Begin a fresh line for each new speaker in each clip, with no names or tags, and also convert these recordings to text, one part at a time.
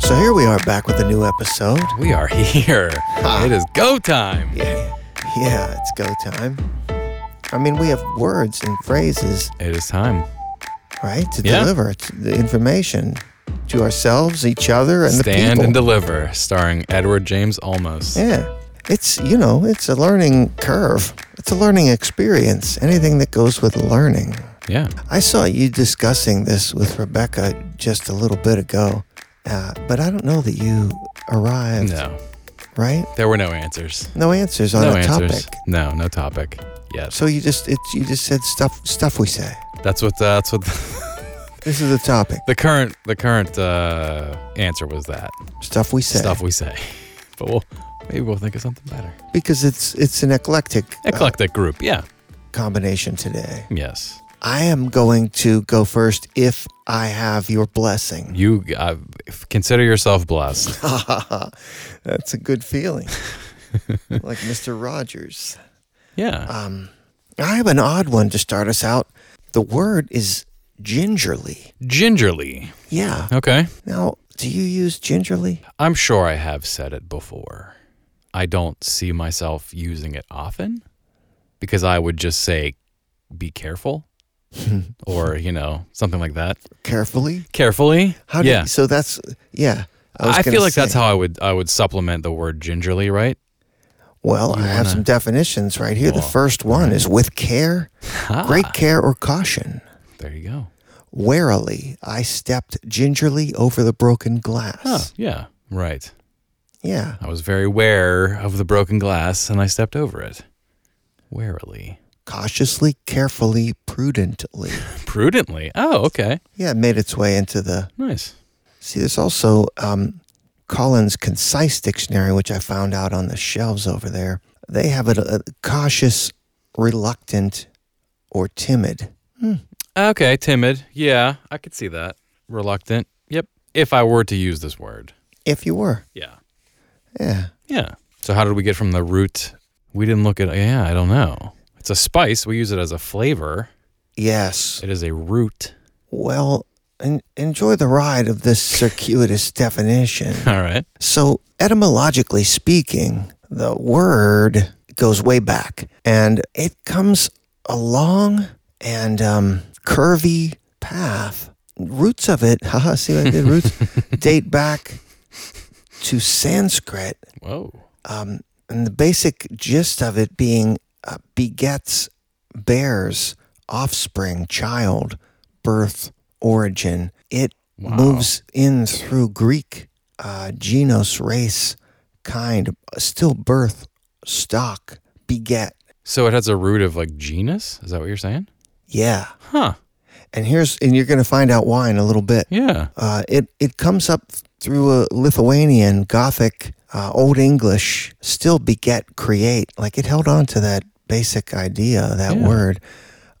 So here we are back with a new episode.
We are here.
Ah.
It is go time.
Yeah, it's go time. I mean, we have words and phrases,
It is time.
right, to
Yeah.
deliver t- the information to ourselves, each other, and
Stand
the people.
and deliver, starring Edward James Olmos.
yeah, it's you know, it's a learning curve. It's a learning experience. Anything that goes with learning.
Yeah.
I saw you discussing this with Rebecca just a little bit ago, uh, but I don't know that you arrived.
No,
Right?
there were no answers.
No answers on
No
the topic.
answers. No, no topic. Yes.
So you just it's you just said stuff stuff we say.
That's what. uh, that's what.
This is the topic.
the current. The current uh, answer was that
Stuff we say.
stuff we say. But we'll maybe we'll think of something better.
Because it's it's an eclectic, uh,
Eclectic group. Yeah.
combination today.
Yes.
I am going to go first if I have your blessing.
You uh, consider yourself blessed.
That's a good feeling. like Mr. Rogers. Um,
Yeah.
I have an odd one to start us out. The word is gingerly.
Gingerly.
Yeah.
Okay.
Now, do you use gingerly?
I'm sure I have said it before. I don't see myself using it often because I would just say, be careful or, you know, something like that.
Carefully?
Carefully.
How do
yeah.
you, so that's yeah. was
I,
gonna
feel like that's
say.
how I would I would supplement the word gingerly, right?
Well, I have some definitions right here. The
Well,
first one is with care, great care or caution.
Ah, There you go.
Warily, I stepped gingerly over the broken glass.
Huh, yeah, right.
Yeah.
I was very aware of the broken glass and I stepped over it. Warily.
Cautiously, carefully, prudently.
Prudently. Oh, okay.
Yeah, it made its way into the.
Nice.
See, there's also um, Collins Concise Dictionary, which I found out on the shelves over there. They have it uh, cautious, reluctant, or timid.
Okay, timid. Yeah, I could see that. Reluctant. Yep. If I were to use this word.
If you were.
Yeah.
Yeah.
Yeah. So how did we get from the root? We didn't look at Yeah, I don't know. It's a spice. We use it as a flavor.
Yes.
It is a root.
Well, en- enjoy the ride of this circuitous definition.
All right.
So, etymologically speaking, the word goes way back and it comes a long and um, curvy path. Roots of it, haha, see what I did? Roots date back to Sanskrit
Whoa.
um, and the basic gist of it being uh, begets, bears, offspring, child, birth, origin. It
Wow.
moves in through Greek, uh, genos, race, kind, still birth, stock, beget.
So it has a root of like genus? Is that what you're saying?
Yeah.
Huh.
And here's, and you're going to find out why in a little bit.
Yeah.
Uh, it it comes up through a Lithuanian Gothic uh, Old English. Still beget create. Like it held on to that basic idea that
Yeah.
word.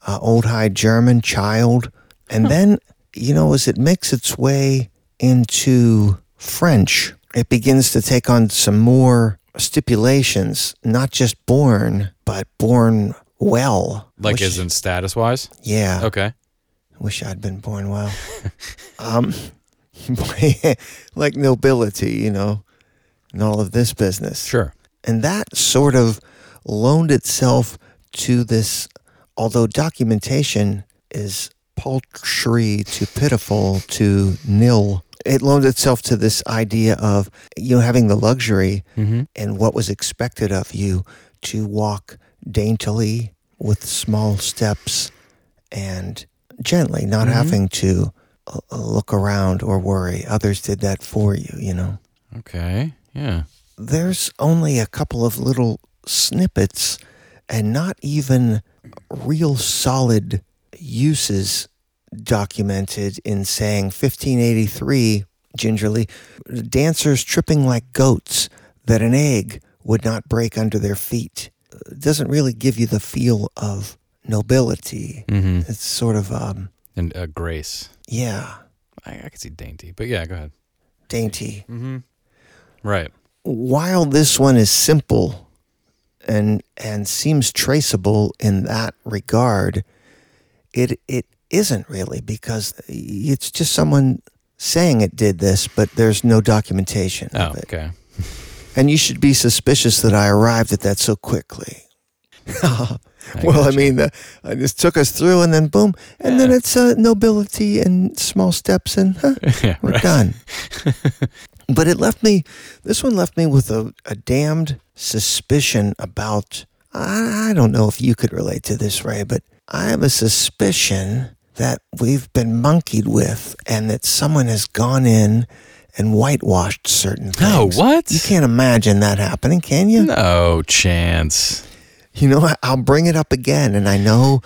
Uh, old High German child, and then you know as it makes its way into French, it begins to take on some more stipulations. Not just born, but born well.
Like
Wish-
as in status wise?
yeah.
Okay.
Wish I'd been born well. um, like nobility, you know, and all of this business.
Sure.
And that sort of loaned itself to this, although documentation is paltry to pitiful to nil. It loaned itself to this idea of you know having the luxury and what was expected of you to walk daintily with small steps and gently, not having to uh, uh, look around or worry. Others did that for you, you know
Okay. Yeah.
there's only a couple of little snippets and not even real solid uses documented in saying 1583 gingerly dancers tripping like goats that an egg would not break under their feet It doesn't really give you the feel of nobility
Mm-hmm.
it's sort of um
And uh, grace.
yeah
I, I could see dainty, but yeah, go ahead.
dainty
Right.
while this one is simple and and seems traceable in that regard, it it isn't really because it's just someone saying it did this, but there's no documentation
Oh,
of it.
okay.
And you should be suspicious that I arrived at that so quickly. well, I
gotcha.
mean, uh, I just took us through, and then boom, and then
Yeah.
it's uh, nobility and small steps, and huh,
yeah,
we're
right.
done. but it left me. This one left me with a, a damned suspicion about. I, I don't know if you could relate to this, Ray, but I have a suspicion that we've been monkeyed with, and that someone has gone in and whitewashed certain things.
No, what?
You can't imagine that happening, can you?
No chance.
You know, I- I'll bring it up again, and I know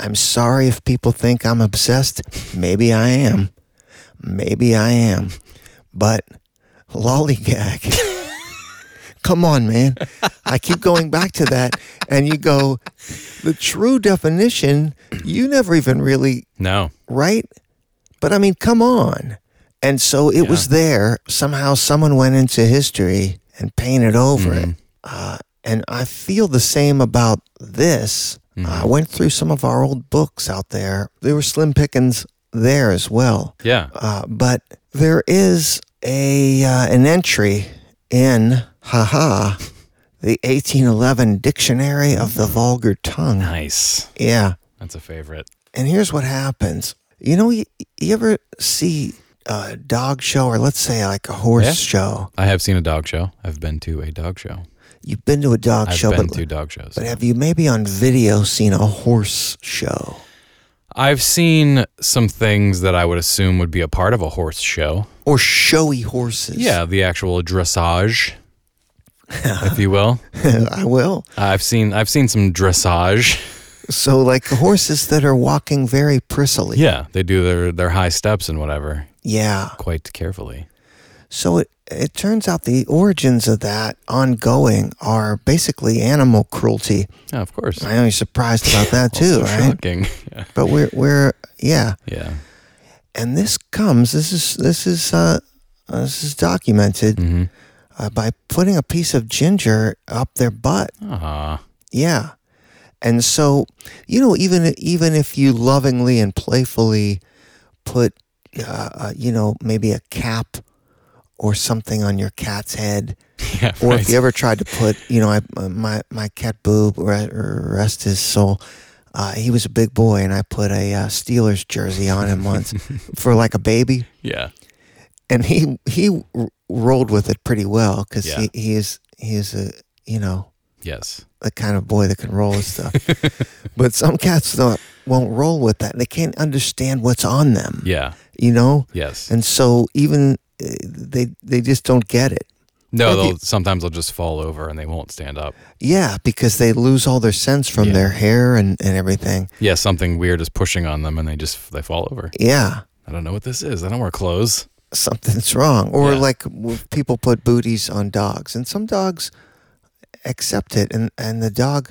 I'm sorry if people think I'm obsessed. Maybe I am. Maybe I am. But lollygag. Come on, man. I keep going back to that, and you go, the true definition, you never even really
No.
right? But I mean, come on. And so it was there. Somehow someone went into history and painted over it. Uh, and I feel the same about this. Uh, I went through some of our old books out there, there were slim pickings there as well.
Yeah.
Uh, but there is a uh, an entry in haha the 1811 dictionary of the vulgar tongue
Nice.
yeah
That's a favorite.
and here's what happens. You know, you, you ever see a dog show or let's say like a horse
Yeah.
show?
I have seen a dog show. I've been to a dog show.
You've been to a dog
I've
show,
been
but,
to dog shows.
but have you maybe on video seen a horse show?
I've seen some things that I would assume would be a part of a horse show.
Or showy horses?
Yeah, the actual dressage, if you will.
I will.
I've seen I've seen some dressage.
So, like horses that are walking very prissily.
Yeah, they do their their high steps and whatever
Yeah.
quite carefully.
So, it, it turns out the origins of that ongoing are basically animal cruelty.
Yeah, of course.
I know you're surprised about that
Oh,
too, right?
Shocking. Yeah.
But we're, we're, yeah.
Yeah.
and this comes this is this is uh, uh, this is documented
Mhm.
uh, by putting a piece of ginger up their butt
Ah.
yeah and so you know even even if you lovingly and playfully put uh, uh, you know maybe a cap or something on your cat's head
Yeah.
or
right.
if you ever tried to put, you know, I, uh, my my cat Boob, re- rest his soul, uh, he was a big boy, and I put a uh, Steelers jersey on him once for like a baby,
Yeah.
and he he r- rolled with it pretty well because
Yeah.
he, he is he is a you know
Yes.
the kind of boy that can roll with stuff, but some cats don't won't roll with that. They can't understand what's on them,
Yeah.
you know,
Yes.
and so even uh, they they just don't get it.
No,
Have you-
they'll, sometimes they'll just fall over and they won't stand up.
Yeah, because they lose all their sense from
Yeah.
their hair and, and everything.
Yeah, something weird is pushing on them and they just they fall over.
Yeah,
I don't know what this is. I don't wear clothes.
something's wrong. Or
Yeah.
like w- people put booties on dogs, and some dogs accept it, and, and the dog.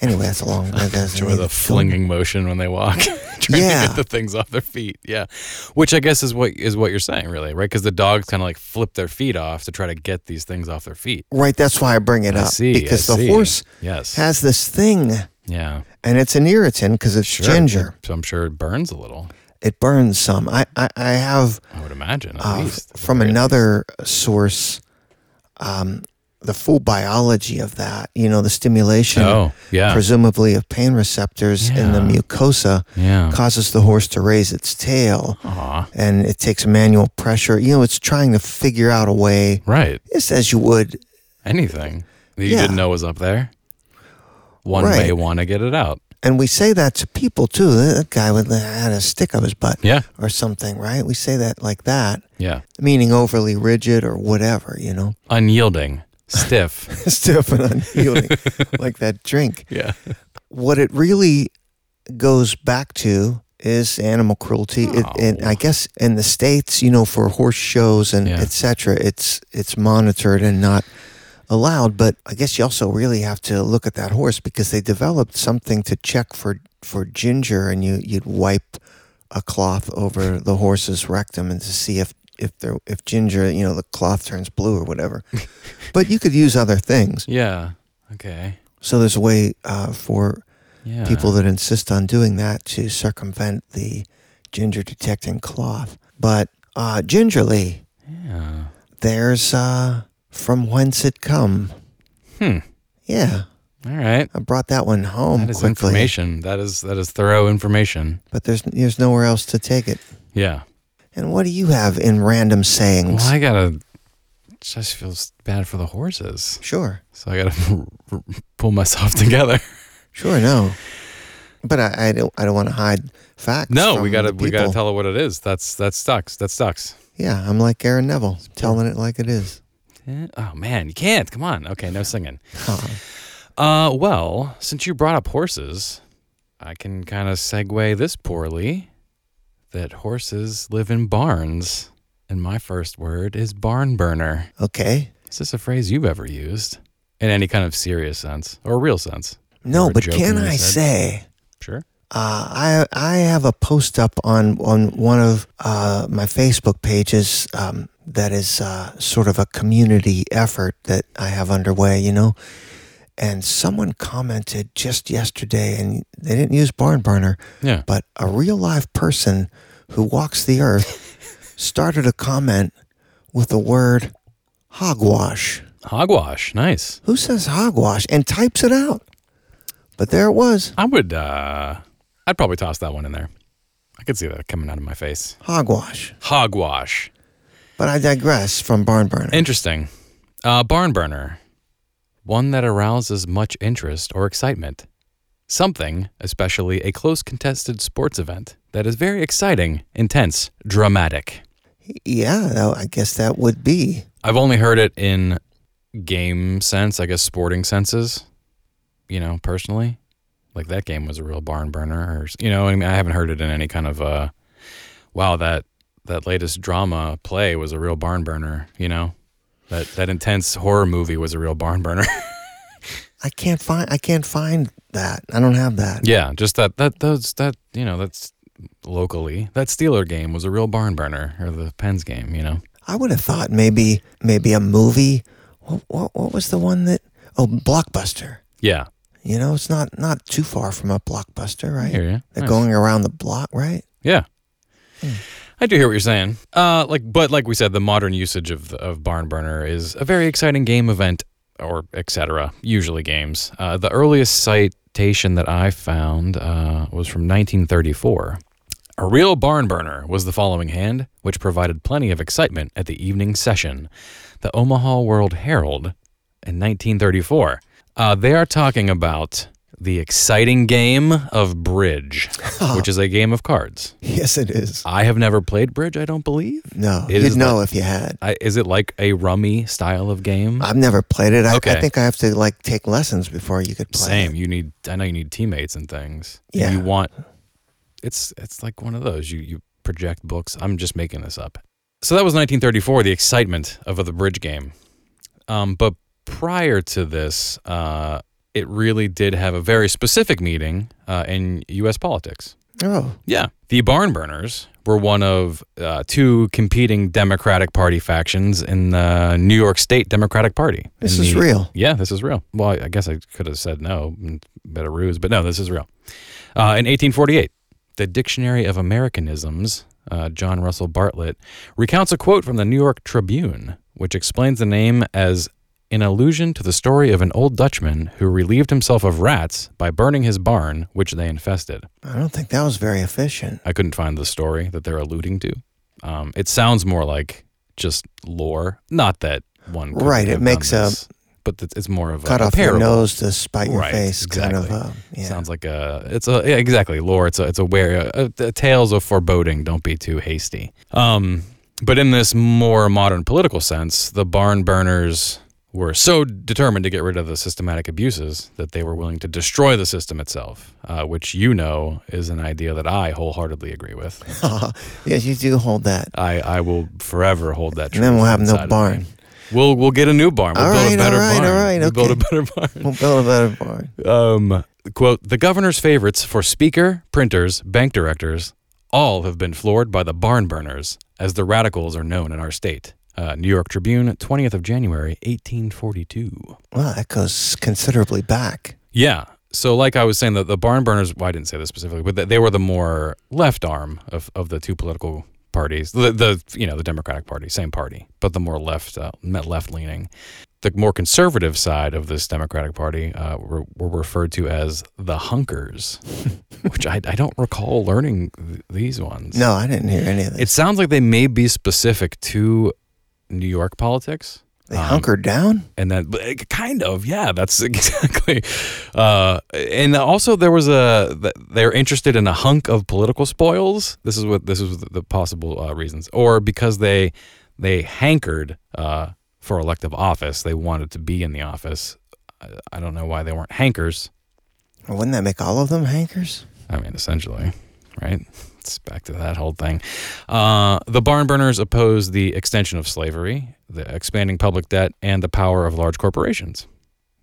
Anyway, that's a long. That doesn't
Enjoy
need to
the
go-
flinging motion when they walk, trying to
Yeah.
get the things off their feet. Yeah, which I guess is what is what you're saying, really, right? Because the dogs kind of like flip their feet off to try to get these things off their feet.
Right, that's why I bring it
I
up
see. I
because the
see.
horse
yes,
has this thing,
yeah,
and it's an irritant because it's
sure.
ginger.
So I'm sure it burns a little.
It burns some. I I, I have
I would imagine at
uh,
least
from another source, um, the full biology of that. You know, the stimulation.
Oh yeah,
presumably of pain receptors in the
Yeah.
mucosa,
yeah.
causes the horse to raise its tail.
Aw,
And it takes manual pressure. You know, it's trying to figure out a way,
right.
just as you would.
Anything that you
Yeah.
didn't know was up there. One
Right.
may want to get it out.
And we say that to people too. That guy with had a stick up his butt
Yeah,
or something, right? We say that like that,
yeah.
meaning overly rigid or whatever, you know,
Unyielding, stiff.
stiff and unyielding, like that drink.
yeah.
what it really goes back to is animal cruelty. It, and I guess in the states, you know, for horse shows and
Yeah.
et cetera, it's it's monitored and not allowed. But I guess you also really have to look at that horse because they developed something to check for for ginger, and you you'd wipe a cloth over the horse's rectum and to see if if there if ginger, you know, the cloth turns blue or whatever. but you could use other things.
Yeah. Okay.
So there's a way uh, for
Yeah.
people that insist on doing that to circumvent the ginger detecting cloth. But uh, gingerly.
Yeah.
There's uh, from whence it come.
Hmm.
Yeah,
All right.
I brought that one home
That is
quickly,
information. That is that is thorough information.
but there's there's nowhere else to take it.
Yeah.
And what do you have in random sayings?
Well, I gotta. Just feels bad for the horses,
Sure,
so I gotta pull myself together.
sure, no. But I, I don't I don't want to hide facts.
No, we
from
gotta
the
we gotta
people.
tell her what it is. That's that sucks. That sucks.
Yeah, I'm like Aaron Neville, telling it like it is.
Eh, Oh man, you can't. Come on. Okay, no singing.
Huh.
Uh, well, since you brought up horses, I can kind of segue this poorly. That horses live in barns, and my first word is barn burner.
Okay.
Is this a phrase you've ever used in any kind of serious sense or real sense?
No,
Or
but can
jokingly
I
said.
say?
Sure.
Uh, I I have a post up on on one of uh, my Facebook pages um, that is uh, sort of a community effort that I have underway, you know. And someone commented just yesterday, and they didn't use barn burner,
Yeah.
but a real live person who walks the earth started a comment with the word hogwash.
Hogwash. Nice.
Who says hogwash and types it out? But there it was,
I would, uh, I'd probably toss that one in there. I could see that coming out of my face.
hogwash.
Hogwash.
But I digress from barn burner.
Interesting. Uh, barn burner. One that arouses much interest or excitement. Something, especially a close contested sports event, that is very exciting, intense, dramatic.
Yeah, tho- I guess that would be.
I've only heard it in game sense, I guess sporting senses, you know, personally. Like that game was a real barn burner or s- you know, I mean I haven't heard it in any kind of uh wow, that that latest drama play was a real barn burner, you know. That that intense horror movie was a real barn burner.
I can't find. I can't find that. I don't have that.
yeah, just that that those that you know, that's locally. That Steeler game was a real barn burner or the Pens game, you know.
I would have thought maybe maybe a movie. What, what what was the one that? Oh, blockbuster.
Yeah.
You know, it's not not too far from a blockbuster,
I
right?
hear ya.
They're
Nice.
going around the block, right?
Yeah. I do hear what you're saying. Uh, like, but like we said, the modern usage of of barn burner is a very exciting game event, or etc. Usually games. Uh, the earliest citation that I found uh, was from 1934. A real barn burner was the following hand, which provided plenty of excitement at the evening session. The Omaha World Herald in 1934. Uh, they are talking about the exciting game of bridge, which is a game of cards.
Yes, it is.
I have never played bridge, I don't believe.
No,
Uh, It
you'd
is
know if you had.
I, is it like a rummy style of game?
I've never played it. I, I
Okay.
think I have to like take lessons before you could play.
Same. You need. I know you need teammates and things. And
Yeah.
You want. It's it's like one of those. You you project books. I'm just making this up. So that was 1934. The excitement of the bridge game. Um, but prior to this, uh, it really did have a very specific meaning uh, in U.S. politics.
It. Oh,
Yeah. The barn burners were one of uh, two competing Democratic Party factions in the New York State Democratic Party.
this
In
is
the-
real.
yeah, this is real. Well, I I guess I could have said no, mm, better ruse, but no, this is real. Uh, in 1848, the Dictionary of Americanisms, uh, John Russell Bartlett, recounts a quote from the New York Tribune, which explains the name as an allusion to the story of an old Dutchman who relieved himself of rats by burning his barn, which they infested.
I don't think that was very efficient.
I couldn't find the story that they're alluding to. Um, it sounds more like just lore. Not that one couldn't
Right, it
have done
makes a-
this, but it's- it's more of
Cut
a, a
off your
parable.
nose to spite your
Right,
face, kind
exactly.
of. Uh, yeah.
Sounds like a it's a yeah, exactly lore. It's a it's a where uh, uh, tales of foreboding. Don't be too hasty. Um, but in this more modern political sense, the barn burners were so determined to get rid of the systematic abuses that they were willing to destroy the system itself, uh, which you know is an idea that I wholeheartedly agree with.
yes, you do hold that.
I, I will forever hold that.
And then
truth
we'll have no
inside Uh, of me.
barn.
We'll we'll get a new barn. We'll
All
build
right,
a better
all right,
barn.
all right,
We'll build a
okay.
better barn.
We'll build a better barn.
Um, quote, the governor's favorites for speaker, printers, bank directors, all have been floored by the barn burners, as the radicals are known in our state. Uh, New York Tribune, 20th of January, 1842.
Well, that goes considerably back.
Yeah. So, like I was saying, the, the barn burners, well, I didn't say this specifically, but th- they were the more left arm of, of the two political parties, the, the you know the Democratic Party, same party, but the more left uh, left leaning, the more conservative side of this Democratic Party uh, were, were referred to as the hunkers, which I, I don't recall learning th- these ones.
No, I didn't hear any of this.
It sounds like they may be specific to New York politics.
They hunkered down.
and then but, uh, kind of yeah that's exactly uh, and also there was a th- they're interested in a hunk of political spoils this is what this is the possible uh, reasons or because they they hankered uh, for elective office they wanted to be in the office I, I don't know why they weren't hankers
Wouldn't that make all of them hankers?
I mean, essentially, right? It's back to that whole thing. Uh, the barn burners oppose the extension of slavery, the expanding public debt, and the power of large corporations.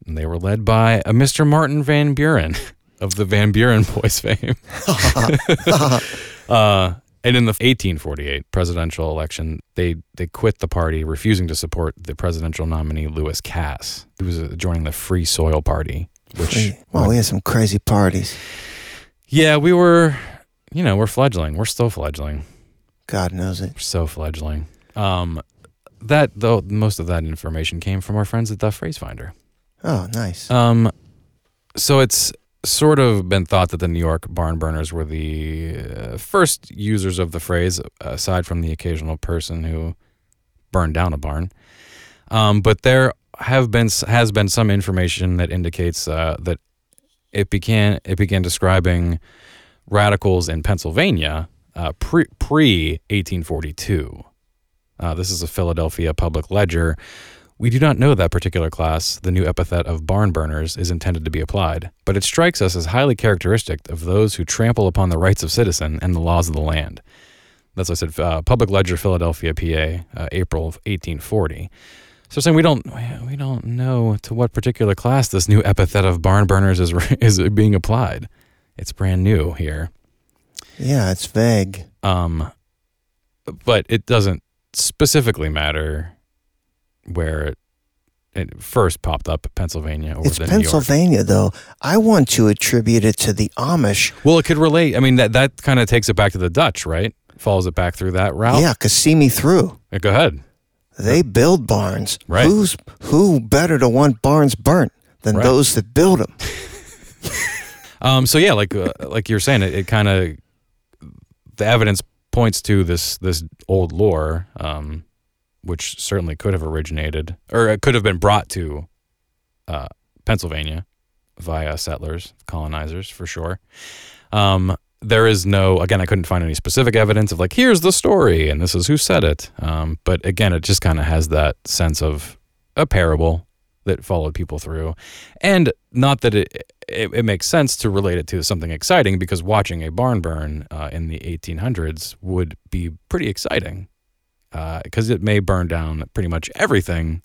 And they were led by a Mr. Martin Van Buren of the Van Buren Boys fame. uh, and in the 1848 presidential election, they, they quit the party, refusing to support the presidential nominee, Lewis Cass, who was uh, joining the Free Soil Party, which
Well, we had some crazy parties.
yeah, we were, you know, we're fledgling. We're still fledgling.
God knows it.
We're so fledgling. Um, that though, most of that information came from our friends at the Phrase Finder.
Oh, nice.
Um, so it's sort of been thought that the New York barn burners were the uh, first users of the phrase, aside from the occasional person who burned down a barn. Um, but there have been has been some information that indicates uh, that it began it began describing radicals in Pennsylvania uh, pre pre 1842. Uh, this is a Philadelphia public ledger. We do not know that particular class. The new epithet of barn burners is intended to be applied, but it strikes us as highly characteristic of those who trample upon the rights of citizen and the laws of the land. That's what I said. Uh, public ledger, Philadelphia, PA, uh, April of 1840. So saying we don't we don't know to what particular class this new epithet of barn burners is is being applied. It's brand new here.
yeah, it's vague.
Um, but it doesn't specifically matter where it, it first popped up, Pennsylvania or
It's
then
Pennsylvania, though. I want to attribute it to the Amish.
New York. Well, it could relate. I mean, that that kind of takes it back to the Dutch, right? Follows it back through that route.
Yeah, 'cause see me through.
Yeah, Go ahead.
They build barns.
Right.
Who's who better to want barns burnt than
Right.
those that build them?
Um, so yeah, like uh, like you're saying, it, it kind of the evidence points to this this old lore, um, which certainly could have originated or it could have been brought to uh, Pennsylvania via settlers, colonizers for sure. Um, there is no again, I couldn't find any specific evidence of like here's the story and this is who said it. Um, but again, it just kind of has that sense of a parable that followed people through. And not that it, it, it makes sense to relate it to something exciting because watching a barn burn uh, in the 1800s would be pretty exciting because it may burn down pretty much everything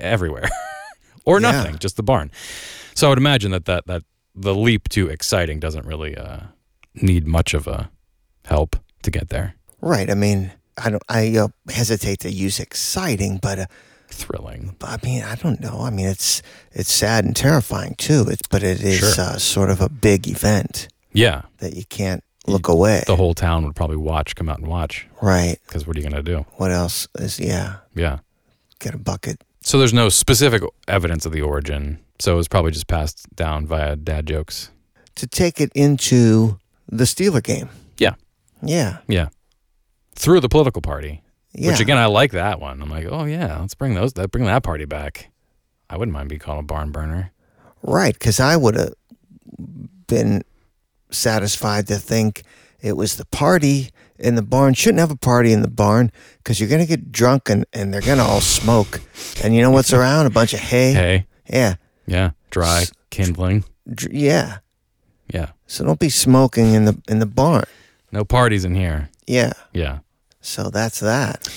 everywhere or
Yeah.
nothing, just the barn. So I would imagine that, that, that the leap to exciting doesn't really uh, need much of a help to get there.
Right. I mean, I don't. I uh, hesitate to use exciting, but uh,
Thrilling.
I mean, I don't know. I mean, it's it's sad and terrifying too. It's but it is
Sure.
uh, sort of a big event
Yeah.
that you can't look away.
The whole town would probably watch, come out and watch
right.
because what are you going to do?
What else is? Yeah,
Yeah.
get a bucket.
So there's no specific evidence of the origin. So it was probably just passed down via dad jokes.
to take it into the Steeler game.
Yeah.
Yeah.
Yeah. Through the political party.
Yeah.
Which again I like that one. I'm like, "Oh yeah, let's bring those that bring that party back." I wouldn't mind being called a barn burner.
right. Because I would have been satisfied to think it was the party in the barn. Shouldn't have a party in the barn because you're going to get drunk and, and they're going to all smoke. And you know what's around? A bunch of hay.
Hey.
Yeah.
Yeah. Dry
S-
kindling.
Dr- yeah.
Yeah.
So don't be smoking in the in the barn.
No parties in here.
Yeah.
Yeah.
So that's that. Oh,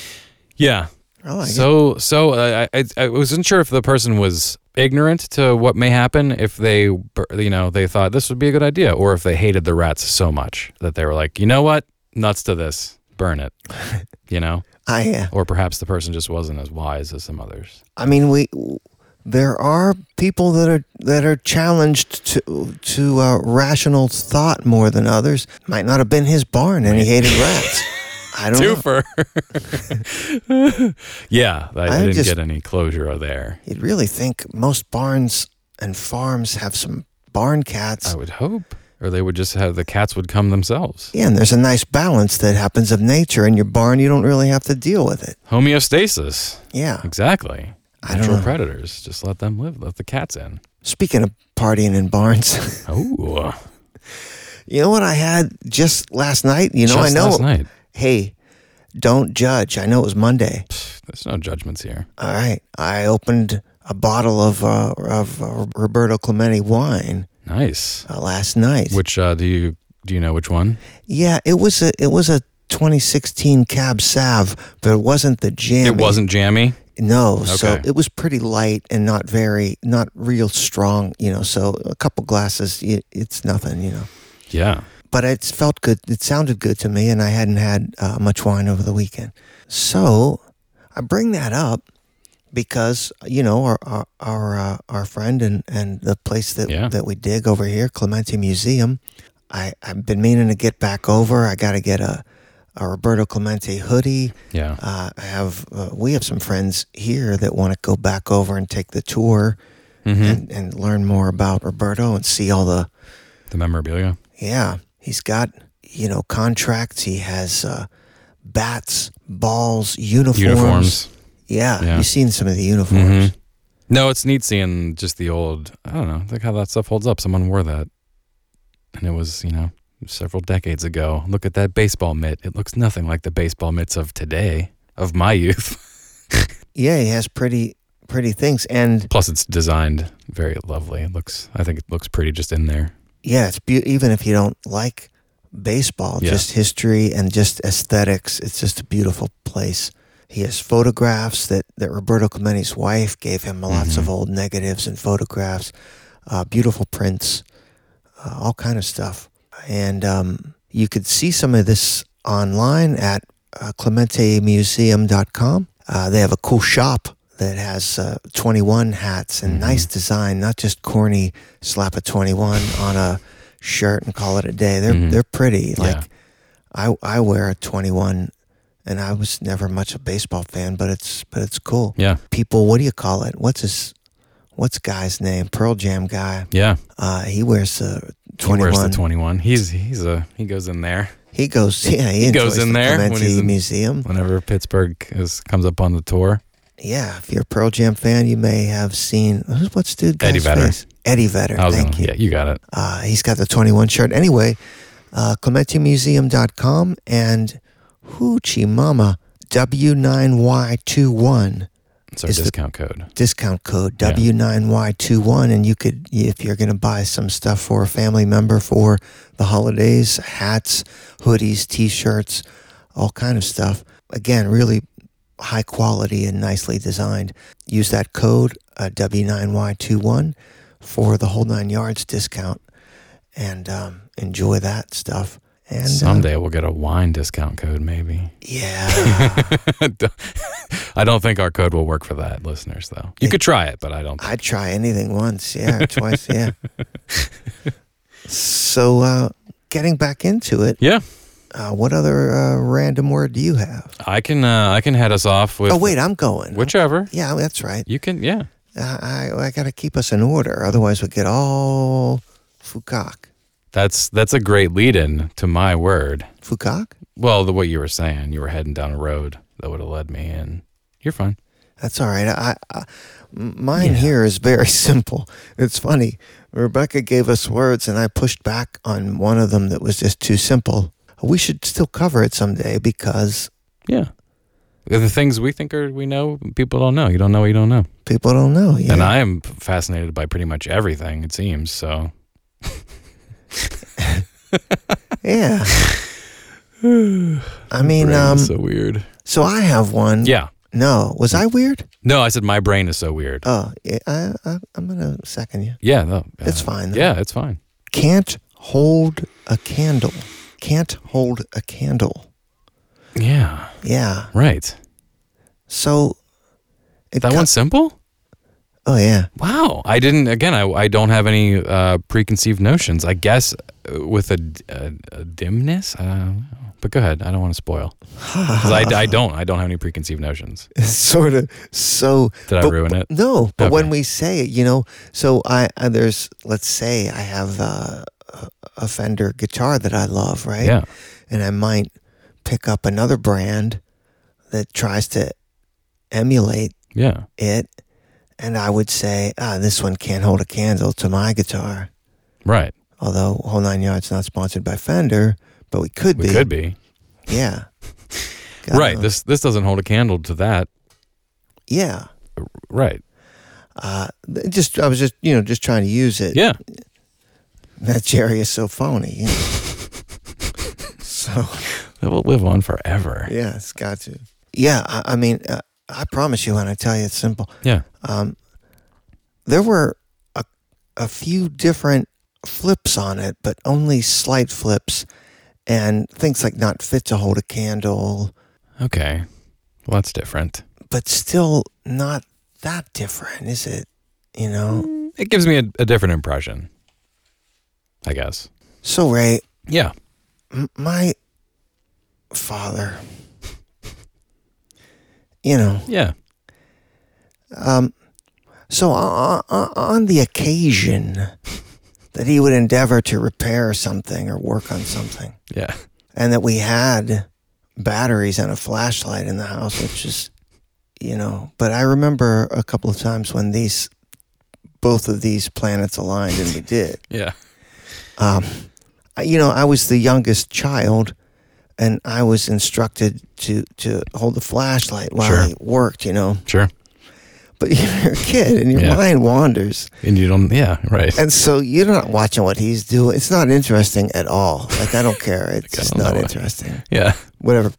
Yeah.
I like it.
so so uh, I, I I wasn't sure if the person was ignorant to what may happen if they bur- you know they thought this would be a good idea or if they hated the rats so much that they were like you know what nuts to this burn it you know
I uh,
or perhaps the person just wasn't as wise as some others
I mean, we there are people that are that are challenged to to uh, rational thought more than others. Might not have been his barn, and he hated rats. I don't know.
Twofer. yeah, I,
I
didn't
just-
get any closure there.
You'd really think most barns and farms have some barn cats.
I would hope, or they would just have the cats would come themselves.
Yeah, and there's a nice balance that happens of nature in your barn. You don't really have to deal with it.
Homeostasis.
Yeah.
Exactly.
I don't
Natural
know.
predators. Just let them live. Let the cats in.
Speaking of partying in barns,
Oh,
you know what I had just last night? You know, I
just
know.
Last night.
Hey, don't judge. I know it was Monday.
There's no judgments here.
All right. I opened a bottle of uh, of uh, Roberto Clemente wine
Nice.
uh, last night.
Which uh, do you do you know which one?
Yeah, it was a it was a 2016 Cab Sav, but it wasn't the jam.
It wasn't jammy.
No, so
Okay.
it was pretty light and not very not real strong, you know. So a couple glasses, it, it's nothing, you know.
Yeah.
But it felt good. It sounded good to me, and I hadn't had uh, much wine over the weekend. So I bring that up because you know our our our, uh, our friend and, and the place that
Yeah.
that we dig over here, Clementi Museum. I I've been meaning to get back over. I got to get a a Roberto Clemente hoodie.
Yeah.
Uh, I have uh, we have some friends here that want to go back over and take the tour
Mm-hmm.
and, and learn more about Roberto and see all the
The memorabilia.
yeah he's got you know contracts he has uh, bats balls uniforms,
Uniforms.
Yeah,
Yeah. Mm-hmm.
you've seen some of the uniforms
No, it's neat seeing just the old. I don't know, like how that stuff holds up. Someone wore that, and it was you know several decades ago. Look at that baseball mitt. It looks nothing like the baseball mitts of today, of my youth.
yeah he has pretty pretty things and
Plus, it's designed very lovely. It looks. I think it looks pretty just in there.
yeah it's be- even if you don't like baseball
Yeah.
just history and just aesthetics it's just a beautiful place he has photographs that, that roberto clemente's wife gave him lots of
Mm-hmm.
old negatives and photographs uh, beautiful prints uh, all kind of stuff and um, you could see some of this online at uh, clementemuseum.com uh, they have a cool shop that has uh, 21 hats and nice design not just corny slap a 21 on a shirt and call it a day they're,
Mhm.
they're pretty like
Yeah.
I I wear a 21 and I was never much a baseball fan, but it's but it's cool.
Yeah.
People, what do you call it? What's his what's guy's name? Pearl Jam guy.
Yeah.
Uh, he wears the
He
21.
wears the twenty-one. He's he's a he goes in there
He goes yeah, he,
goes
enjoys
in
the
there when
Clemente
he's in-
Museum.
whenever Pittsburgh is, comes up on the tour.
Yeah, if you're a Pearl Jam fan, you may have seen who's what's dude guy's
Eddie Vedder.
face? Eddie Vedder.
I was
Thank
gonna-
you.
Yeah, you got it.
Uh, he's got the 21 shirt. Anyway, uh, ClementeMuseum.com and Hoochie Mama W9Y21
It's our
Is the-
discount code.
discount code
Yeah.
W9Y21. And you could, if you're going to buy some stuff for a family member for the holidays, hats, hoodies, t shirts, all kind of stuff. Again, really high quality and nicely designed. Use that code uh, W9Y21 for the whole nine yards discount and um, enjoy that stuff. And uh,
Someday we'll get a wine discount code, maybe.
yeah,
I don't think our code will work for that, listeners, though. You could try it, but I don't.
I'd try anything once, yeah, or twice, yeah. So, uh, getting back into it,
yeah,
uh, what other uh, random word do you have?
I can. Uh, I can head us off with
oh, wait, I'm going.
whichever
Yeah, that's right. Uh,
you can. Yeah,
I, I, I got to keep us in order, otherwise we get all fukak.
that's that's a great lead-in to my word.
Fukak?
Well, the what you were saying, you were heading down a road that would have led me, and you're fine.
That's all right. I, I, m- mine here is very simple. It's funny. Rebecca gave us words, and I pushed back on one of them that was just too simple. We should still cover it someday because
Yeah, the things we think are we know, people don't know. You don't know what you don't know,
people don't know. Yeah.
and I am fascinated by pretty much everything. It seems so.
Yeah. I mean,
Brain
um,
is so weird.
so I have one.
Yeah. Mm.
No, was I weird?
No, I said my brain is so weird.
Oh, yeah, I, I, I'm gonna second you.
Yeah, no, uh,
It's fine. though.
Yeah, it's fine.
Can't hold a candle. Can't hold a candle.
Yeah,
Yeah.
right.
So. It
That
co-
one's simple.
Oh yeah.
Wow, I didn't. Again, I, I don't have any uh, preconceived notions. I guess uh, with a, d- a- a dimness, I don't know. But go ahead. I don't want to spoil. 'Cause I, I don't. I don't have any preconceived notions.
It's sort of so.
Did I
but-
ruin it?
No, but when
Okay.
we say it, you know, so I uh, there's let's say I have uh, a- a Fender guitar that I love, right?
Yeah.
and I might pick up another brand that tries to emulate
Yeah.
it, and I would say, ah, this one can't hold a candle to my guitar.
Right.
Although Whole Nine Yards not sponsored by Fender, but we could
We
be.
could be.
Yeah. God
right.
knows.
This this doesn't hold a candle to that.
yeah.
Right.
Uh, th- just I was just you know just trying to use it.
Yeah.
That Jerry is so phony. you know. so
It will live on forever.
yeah, it's got to. Yeah, I, I mean, uh, I promise you when I tell you it's simple.
Yeah.
Um, there were a a few different flips on it, but only slight flips, and things like not fit to hold a candle,
Okay. Well, that's different.
but still not that different, is it? You know.
It gives me a, a different impression. I guess.
So Ray,
Yeah.
m- my father, you know,
Yeah.
so on, on the occasion that he would endeavor to repair something or work on something,
Yeah.
and that we had batteries and a flashlight in the house, which is, you know, but I remember a couple of times when these, both of these planets aligned and we did.
Yeah.
Um, I- you know, I was the youngest child, and I was instructed to to hold the flashlight while
Sure.
I worked. You know,
Sure.
but you're a kid, and your
Yeah.
mind wanders,
And you don't. Yeah. Right.
and so you're not watching what he's doing. It's not interesting at all. Like I don't care. It's just
don't
not
know.
interesting.
Yeah.
Whatever,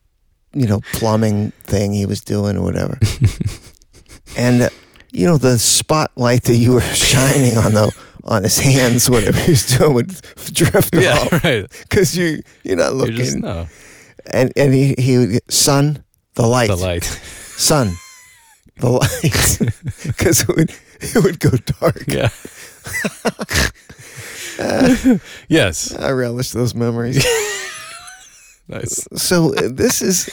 you know, plumbing thing he was doing or whatever, and. Uh, you know the spotlight that you were shining on the on his hands, whatever he was doing, would drift
Yeah.
off
Right.
because you you're not
You're
looking.
just no.
and and he he would get, son the light,
The light.
son the light because it would it would go dark.
Yeah. yes.
I relish those memories.
Nice.
so uh, this is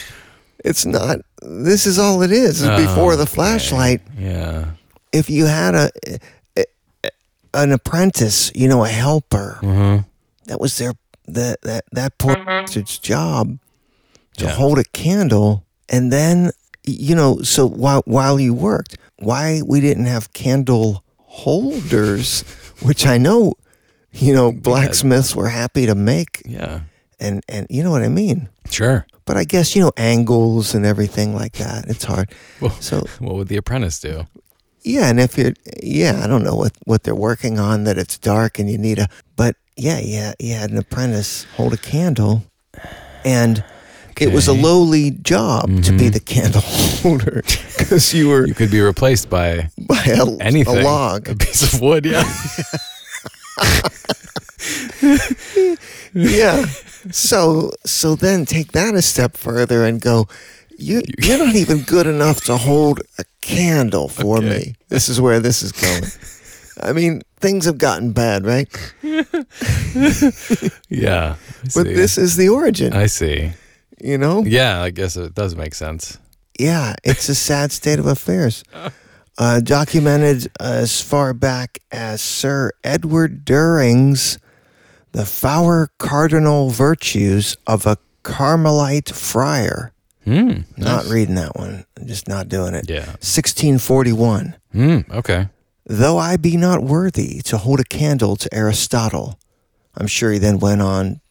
it's not this is all it is. It's
Oh,
before the flashlight.
Yeah.
If you had a, a- an apprentice, you know, a helper
Mhm.
that was their that that that poor bastard's job to
Yeah.
hold a candle and then you know so while while you worked why we didn't have candle holders which i know you know blacksmiths were happy to make
Yeah.
and and you know what i mean
Sure.
but i guess you know angles and everything like that it's hard
Well-
so
What would the apprentice do?
yeah and if you're yeah i don't know what what they're working on that it's dark and you need a but yeah yeah you had an apprentice hold a candle and it was a
Okay. Mm-hmm.
lowly job to be the candle holder because you were
You could be replaced by
by a,
anything.
a
A
log.
piece of wood, yeah.
yeah. So so then take that a step further and go. You, you're not even good enough to hold a candle for me. This is where this is going. I mean, things have gotten bad, right?
yeah. I
But
see.
this is the origin,
I see.
you know?
Yeah, I guess it does make sense.
Yeah, it's a sad state of affairs. Uh, documented as far back as Sir Edward During's The Four Cardinal Virtues of a Carmelite Friar.
Hmm.
Not reading that one, I'm just not doing it.
Yeah.
1641.
Hmm. Okay.
Though I be not worthy to hold a candle to Aristotle, I'm sure he then went on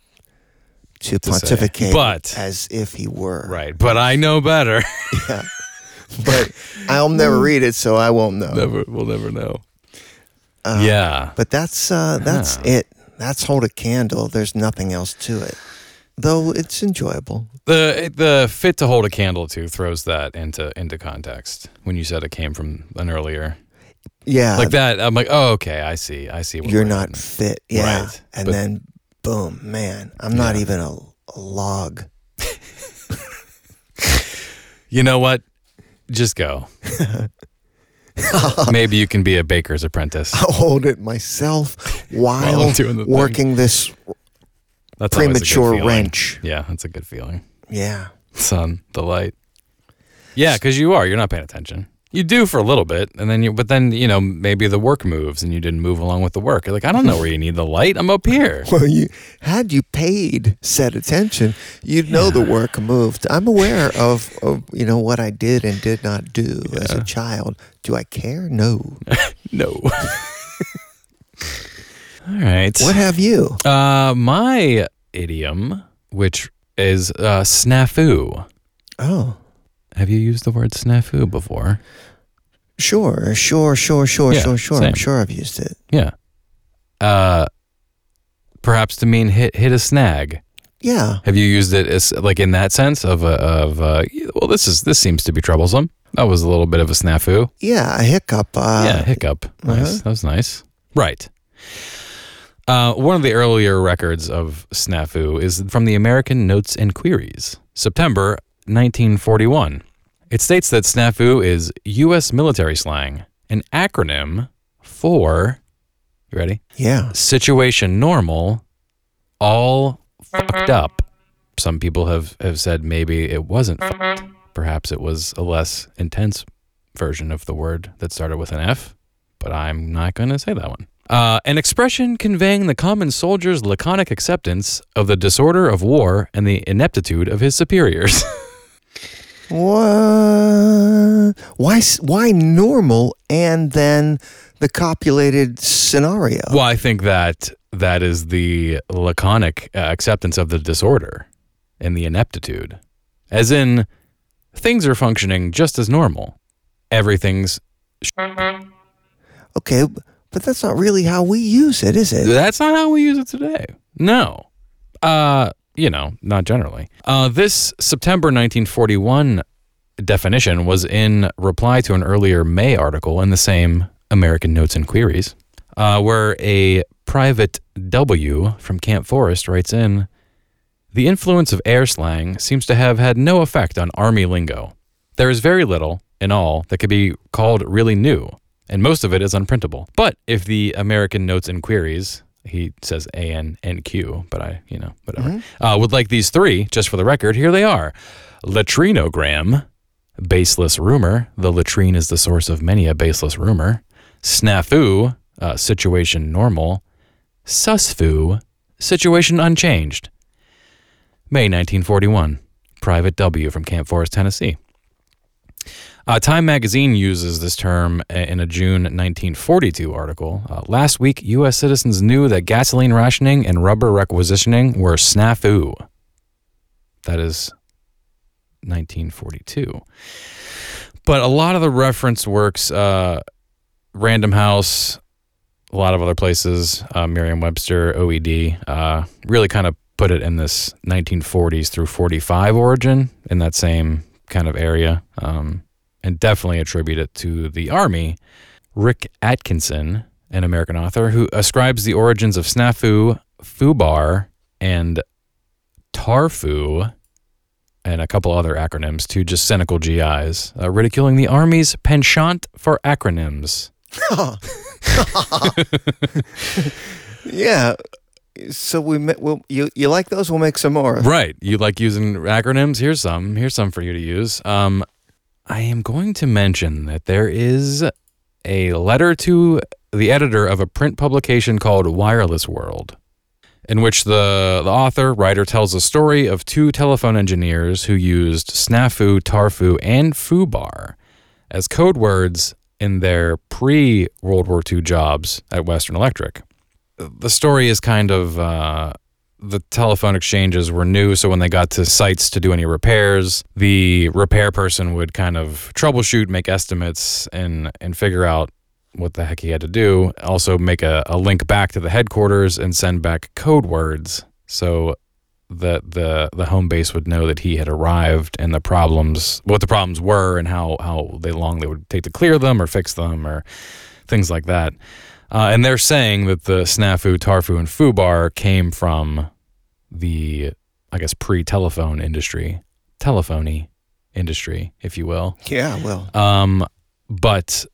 to,
say,
pontificate
"But-"
as if he were.
Right. But I know better.
But I'll never read it, so I won't know.
never. We'll never know.
Uh.
yeah.
But that's uh, that's
Huh.
it. That's hold a candle. There's nothing else to it, though it's enjoyable.
The the fit to hold a candle to throws that into into context when you said it came from an earlier
Yeah,
like that. I'm like, oh, okay. I see. I see. What
Uh, you're
we're
not
doing.
fit. Yeah,
Right,
and
but-
then boom, man, I'm not even a, a log.
You know what? Just go. Maybe you can be a baker's apprentice.
I'll hold it myself while
doing the thing.
working this
That's always a good
premature
feeling.
wrench.
Yeah, that's a good feeling.
Yeah.
Sun, the light. Yeah, because you are. You're not paying attention. You do for a little bit, and then you. But then you know maybe the work moves, and you didn't move along with the work. You're like, I don't know where you need the light. I'm up here.
Well, you had you paid said attention, you'd know the work moved. I'm aware of, of you know what I did and did not do as a child. Do I care? No.
No. All right.
What have you?
Uh, my idiom, which is uh, snafu.
Oh,
Have you used the word snafu before?
sure, sure, sure, sure,
Yeah,
sure, sure.
same.
I'm sure I've used it.
Yeah. Uh, perhaps to mean hit hit a snag.
Yeah.
Have you used it as like in that sense of a, of uh, well, this is this seems to be troublesome. That was a little bit of a snafu.
Yeah, a hiccup. Uh,
yeah, hiccup. Nice.
uh-huh.
That was nice. Right. Uh, one of the earlier records of snafu is from the American Notes and Queries, September 1941. It states that snafu is U.S. military slang, an acronym for, you ready?
yeah.
situation normal, all fucked up. Some people have, have said maybe it wasn't fucked. Perhaps it was a less intense version of the word that started with an F, but I'm not going to say that one. Uh, an expression conveying the common soldier's laconic acceptance of the disorder of war and the ineptitude of his superiors.
What? Why? s- Why normal and then the copulated scenario?
well, I think that that is the laconic uh, acceptance of the disorder and the ineptitude. As in, things are functioning just as normal. Everything's.
Okay, but that's not really how we use it, is it?
That's not how we use it today. No. Uh, you know, not generally. Uh, this September 1941 definition was in reply to an earlier May article in the same American Notes and Queries, uh, where a private W from Camp Forest writes in The influence of air slang seems to have had no effect on Army lingo. There is very little, in all, that could be called really new, and most of it is unprintable. But if the American Notes and Queries, he says A N N Q, but I, you know, whatever, uh, would like these three, just for the record, here they are latrinogram, baseless rumor. The latrine is the source of many a baseless rumor. Snafu, uh, situation normal. Susfu, situation unchanged. May 1941, Private W from Camp Forest, Tennessee. Uh, Time magazine uses this term uh, in a June 1942 article. Uh, Last week, U.S. citizens knew that gasoline rationing and rubber requisitioning were snafu. That is 1942. But a lot of the reference works, uh, Random House, a lot of other places, uh, Merriam Webster, OED, uh, really kind of put it in this 1940s through 45 origin in that same kind of area, um, and definitely attribute it to the Army. Rick Atkinson, an American author, who ascribes the origins of snafu, fubar, and tarfu and a couple other acronyms to just cynical GIs, uh, ridiculing the Army's penchant for acronyms.
Yeah. So we ma- well, you you like those? We'll make some more.
Right. You like using acronyms? Here's some. Here's some for you to use. Um, I am going to mention that there is a letter to the editor of a print publication called Wireless World. in which the, the author writer tells the story of two telephone engineers who used snafu, tarfu, and fubar as code words in their pre World War II jobs at Western Electric. The story is kind of uh, the telephone exchanges were new, so when they got to sites to do any repairs, the repair person would kind of troubleshoot, make estimates, and and figure out what the heck he had to do. Also, make a, a link back to the headquarters and send back code words so that the the home base would know that he had arrived and the problems, what the problems were, and how how they long they would take to clear them or fix them or things like that. Uh, and they're saying that the snafu, tarfu, and fubar came from the, I guess, pre-telephone industry, telephony industry, if you will.
Yeah. Well.
Um, but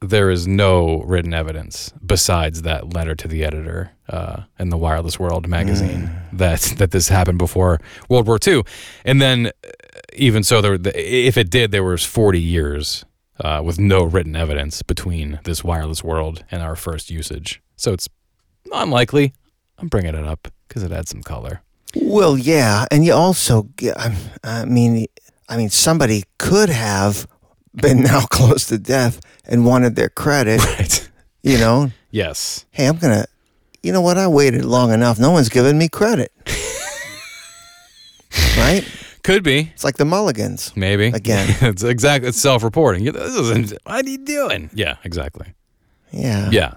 there is no written evidence besides that letter to the editor uh, in the Wireless World magazine that that this happened before World War II, and then uh, even so, there the, if it did, there was 40 years uh, with no written evidence between this Wireless World and our first usage. So it's unlikely. I'm bringing it up because it adds some color.
Well, yeah, and you also, g- I I mean, I mean, somebody could have been now close to death and wanted their credit.
Right.
You know,
Yes.
hey, I'm gonna, you know what? I waited long enough. No one's giving me credit, right?
Could be.
It's like the Mulligans.
Maybe
Again.
it's exactly it's self-reporting. Yeah, This isn't. What are you doing? Yeah, exactly.
Yeah.
Yeah.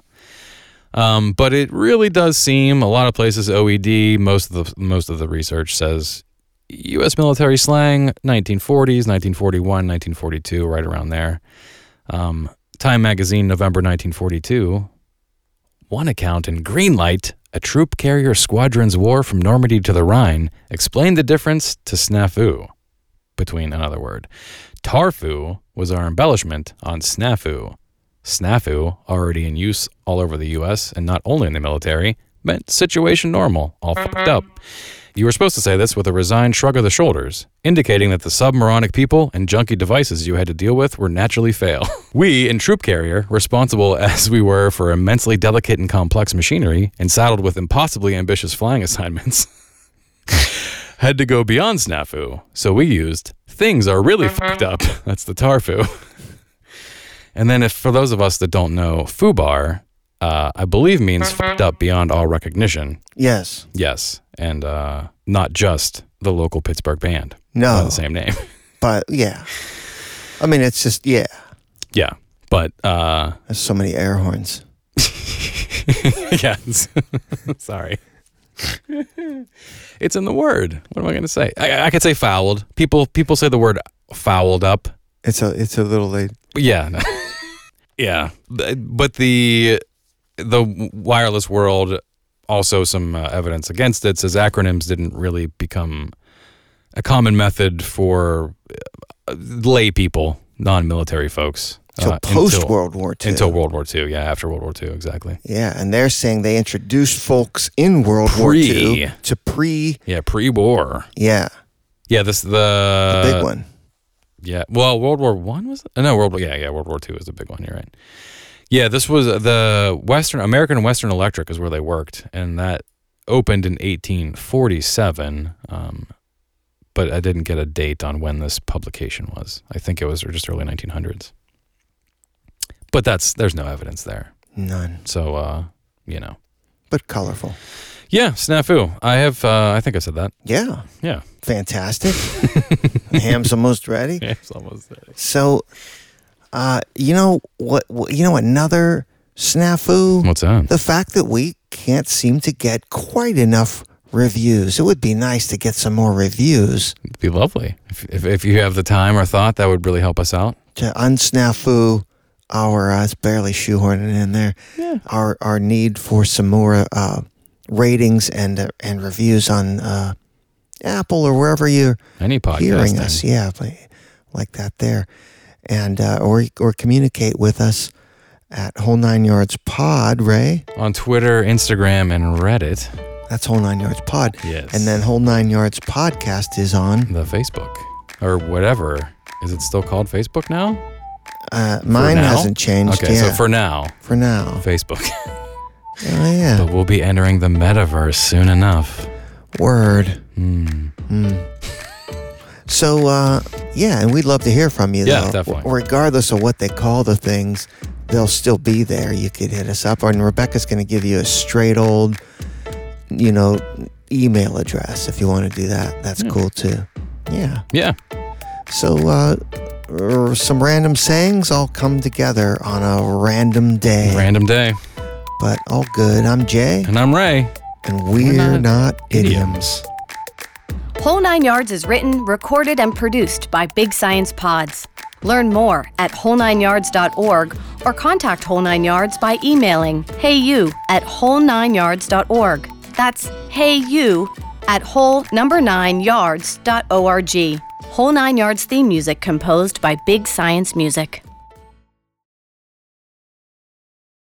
Um, but it really does seem a lot of places OED. Most of the most of the research says U.S. military slang 1940s, 1941, 1942, right around there. Um, Time magazine, November 1942. One account in Greenlight, a troop carrier squadron's war from Normandy to the Rhine, explained the difference to snafu between another word. Tarfu was our embellishment on snafu. Snafu, already in use all over the US and not only in the military, meant situation normal, all fucked up. You were supposed to say this with a resigned shrug of the shoulders, indicating that the submoronic people and junky devices you had to deal with were naturally fail. we, in Troop Carrier, responsible as we were for immensely delicate and complex machinery and saddled with impossibly ambitious flying assignments, had to go beyond snafu, so we used things are really fucked up. That's the tarfu. And then, if for those of us that don't know, FUBAR, uh, I believe means fucked up beyond all recognition.
Yes.
Yes, and uh, not just the local Pittsburgh band by
No.
the same name.
But yeah. I mean, it's just yeah.
yeah, but uh,
There's so many air horns.
yeah, it's- sorry. it's in the word. What am I going to say? I, I could say fouled. People people say the word fouled up.
It's a it's a little late.
Yeah. no. yeah. But- But the the wireless world also some uh, evidence against it says acronyms didn't really become a common method for uh, lay people, non-military folks.
So
uh,
post
until-
World War II.
until World War II, yeah, after World War II, exactly.
yeah, and they're saying they introduced folks in World War
Pre.
II to pre.
Yeah, pre-war.
Yeah,
Yeah, this the,
the
Uh,
big one.
Yeah. Well, World War One was it? no World War. Yeah, yeah. World War Two is the big one. You're right. Yeah, this was uh, the Western American Western Electric is where they worked, and that opened in 1847. Um, but I didn't get a date on when this publication was. I think it was just early 1900s. But that's there's no evidence there,
None,
so uh, you know.
but colorful.
Yeah, snafu. I have. Uh, I think I said that.
Yeah,
Yeah.
fantastic. Ham's almost ready.
Yeah, it's almost there.
So, uh, you know what? what- You know another snafu.
What's that?
the fact that we can't seem to get quite enough reviews. It would be nice to get some more reviews
It'd be lovely if, if if you have the time or thought that would really help us out.
to unsnafu our uh, it's barely shoehorning in there.
Yeah.
Our our need for some more uh, ratings and uh, and reviews on uh, Apple or wherever you're
Any podcast.
hearing us. Yeah, like- like that there, and uh, or or communicate with us at Whole Nine Yards Pod. Ray,
On Twitter, Instagram, and Reddit.
that's Whole Nine Yards Pod.
Yes.
And then Whole Nine Yards podcast is on.
the Facebook or whatever. Is it still called Facebook now?
Uh, mine
now?
hasn't changed.
Okay,
yeah,
so for now,
for now.
Facebook.
Oh yeah.
but we'll be entering the metaverse soon enough.
Word.
Hmm.
So uh, yeah, and we'd love to hear from you.
Yeah,
though.
definitely.
W- regardless of what they call the things, they'll still be there. You could hit us up, and Rebecca's going to give you a straight old, you know, email address if you want to do that. That's cool too. Yeah.
Yeah.
So uh, er, some random sayings all come together on a random day,
Random day.
but all good. I'm Jay.
And I'm Ray.
and we're
not
not idioms.
Whole Nine Yards is written, recorded, and produced by Big Science Pods. Learn more at whole9yards.org or contact Whole Nine Yards by emailing heyu at whole9yards.org. That's heyu at whole number nine yards.org. Whole Nine Yards theme music composed by Big Science Music.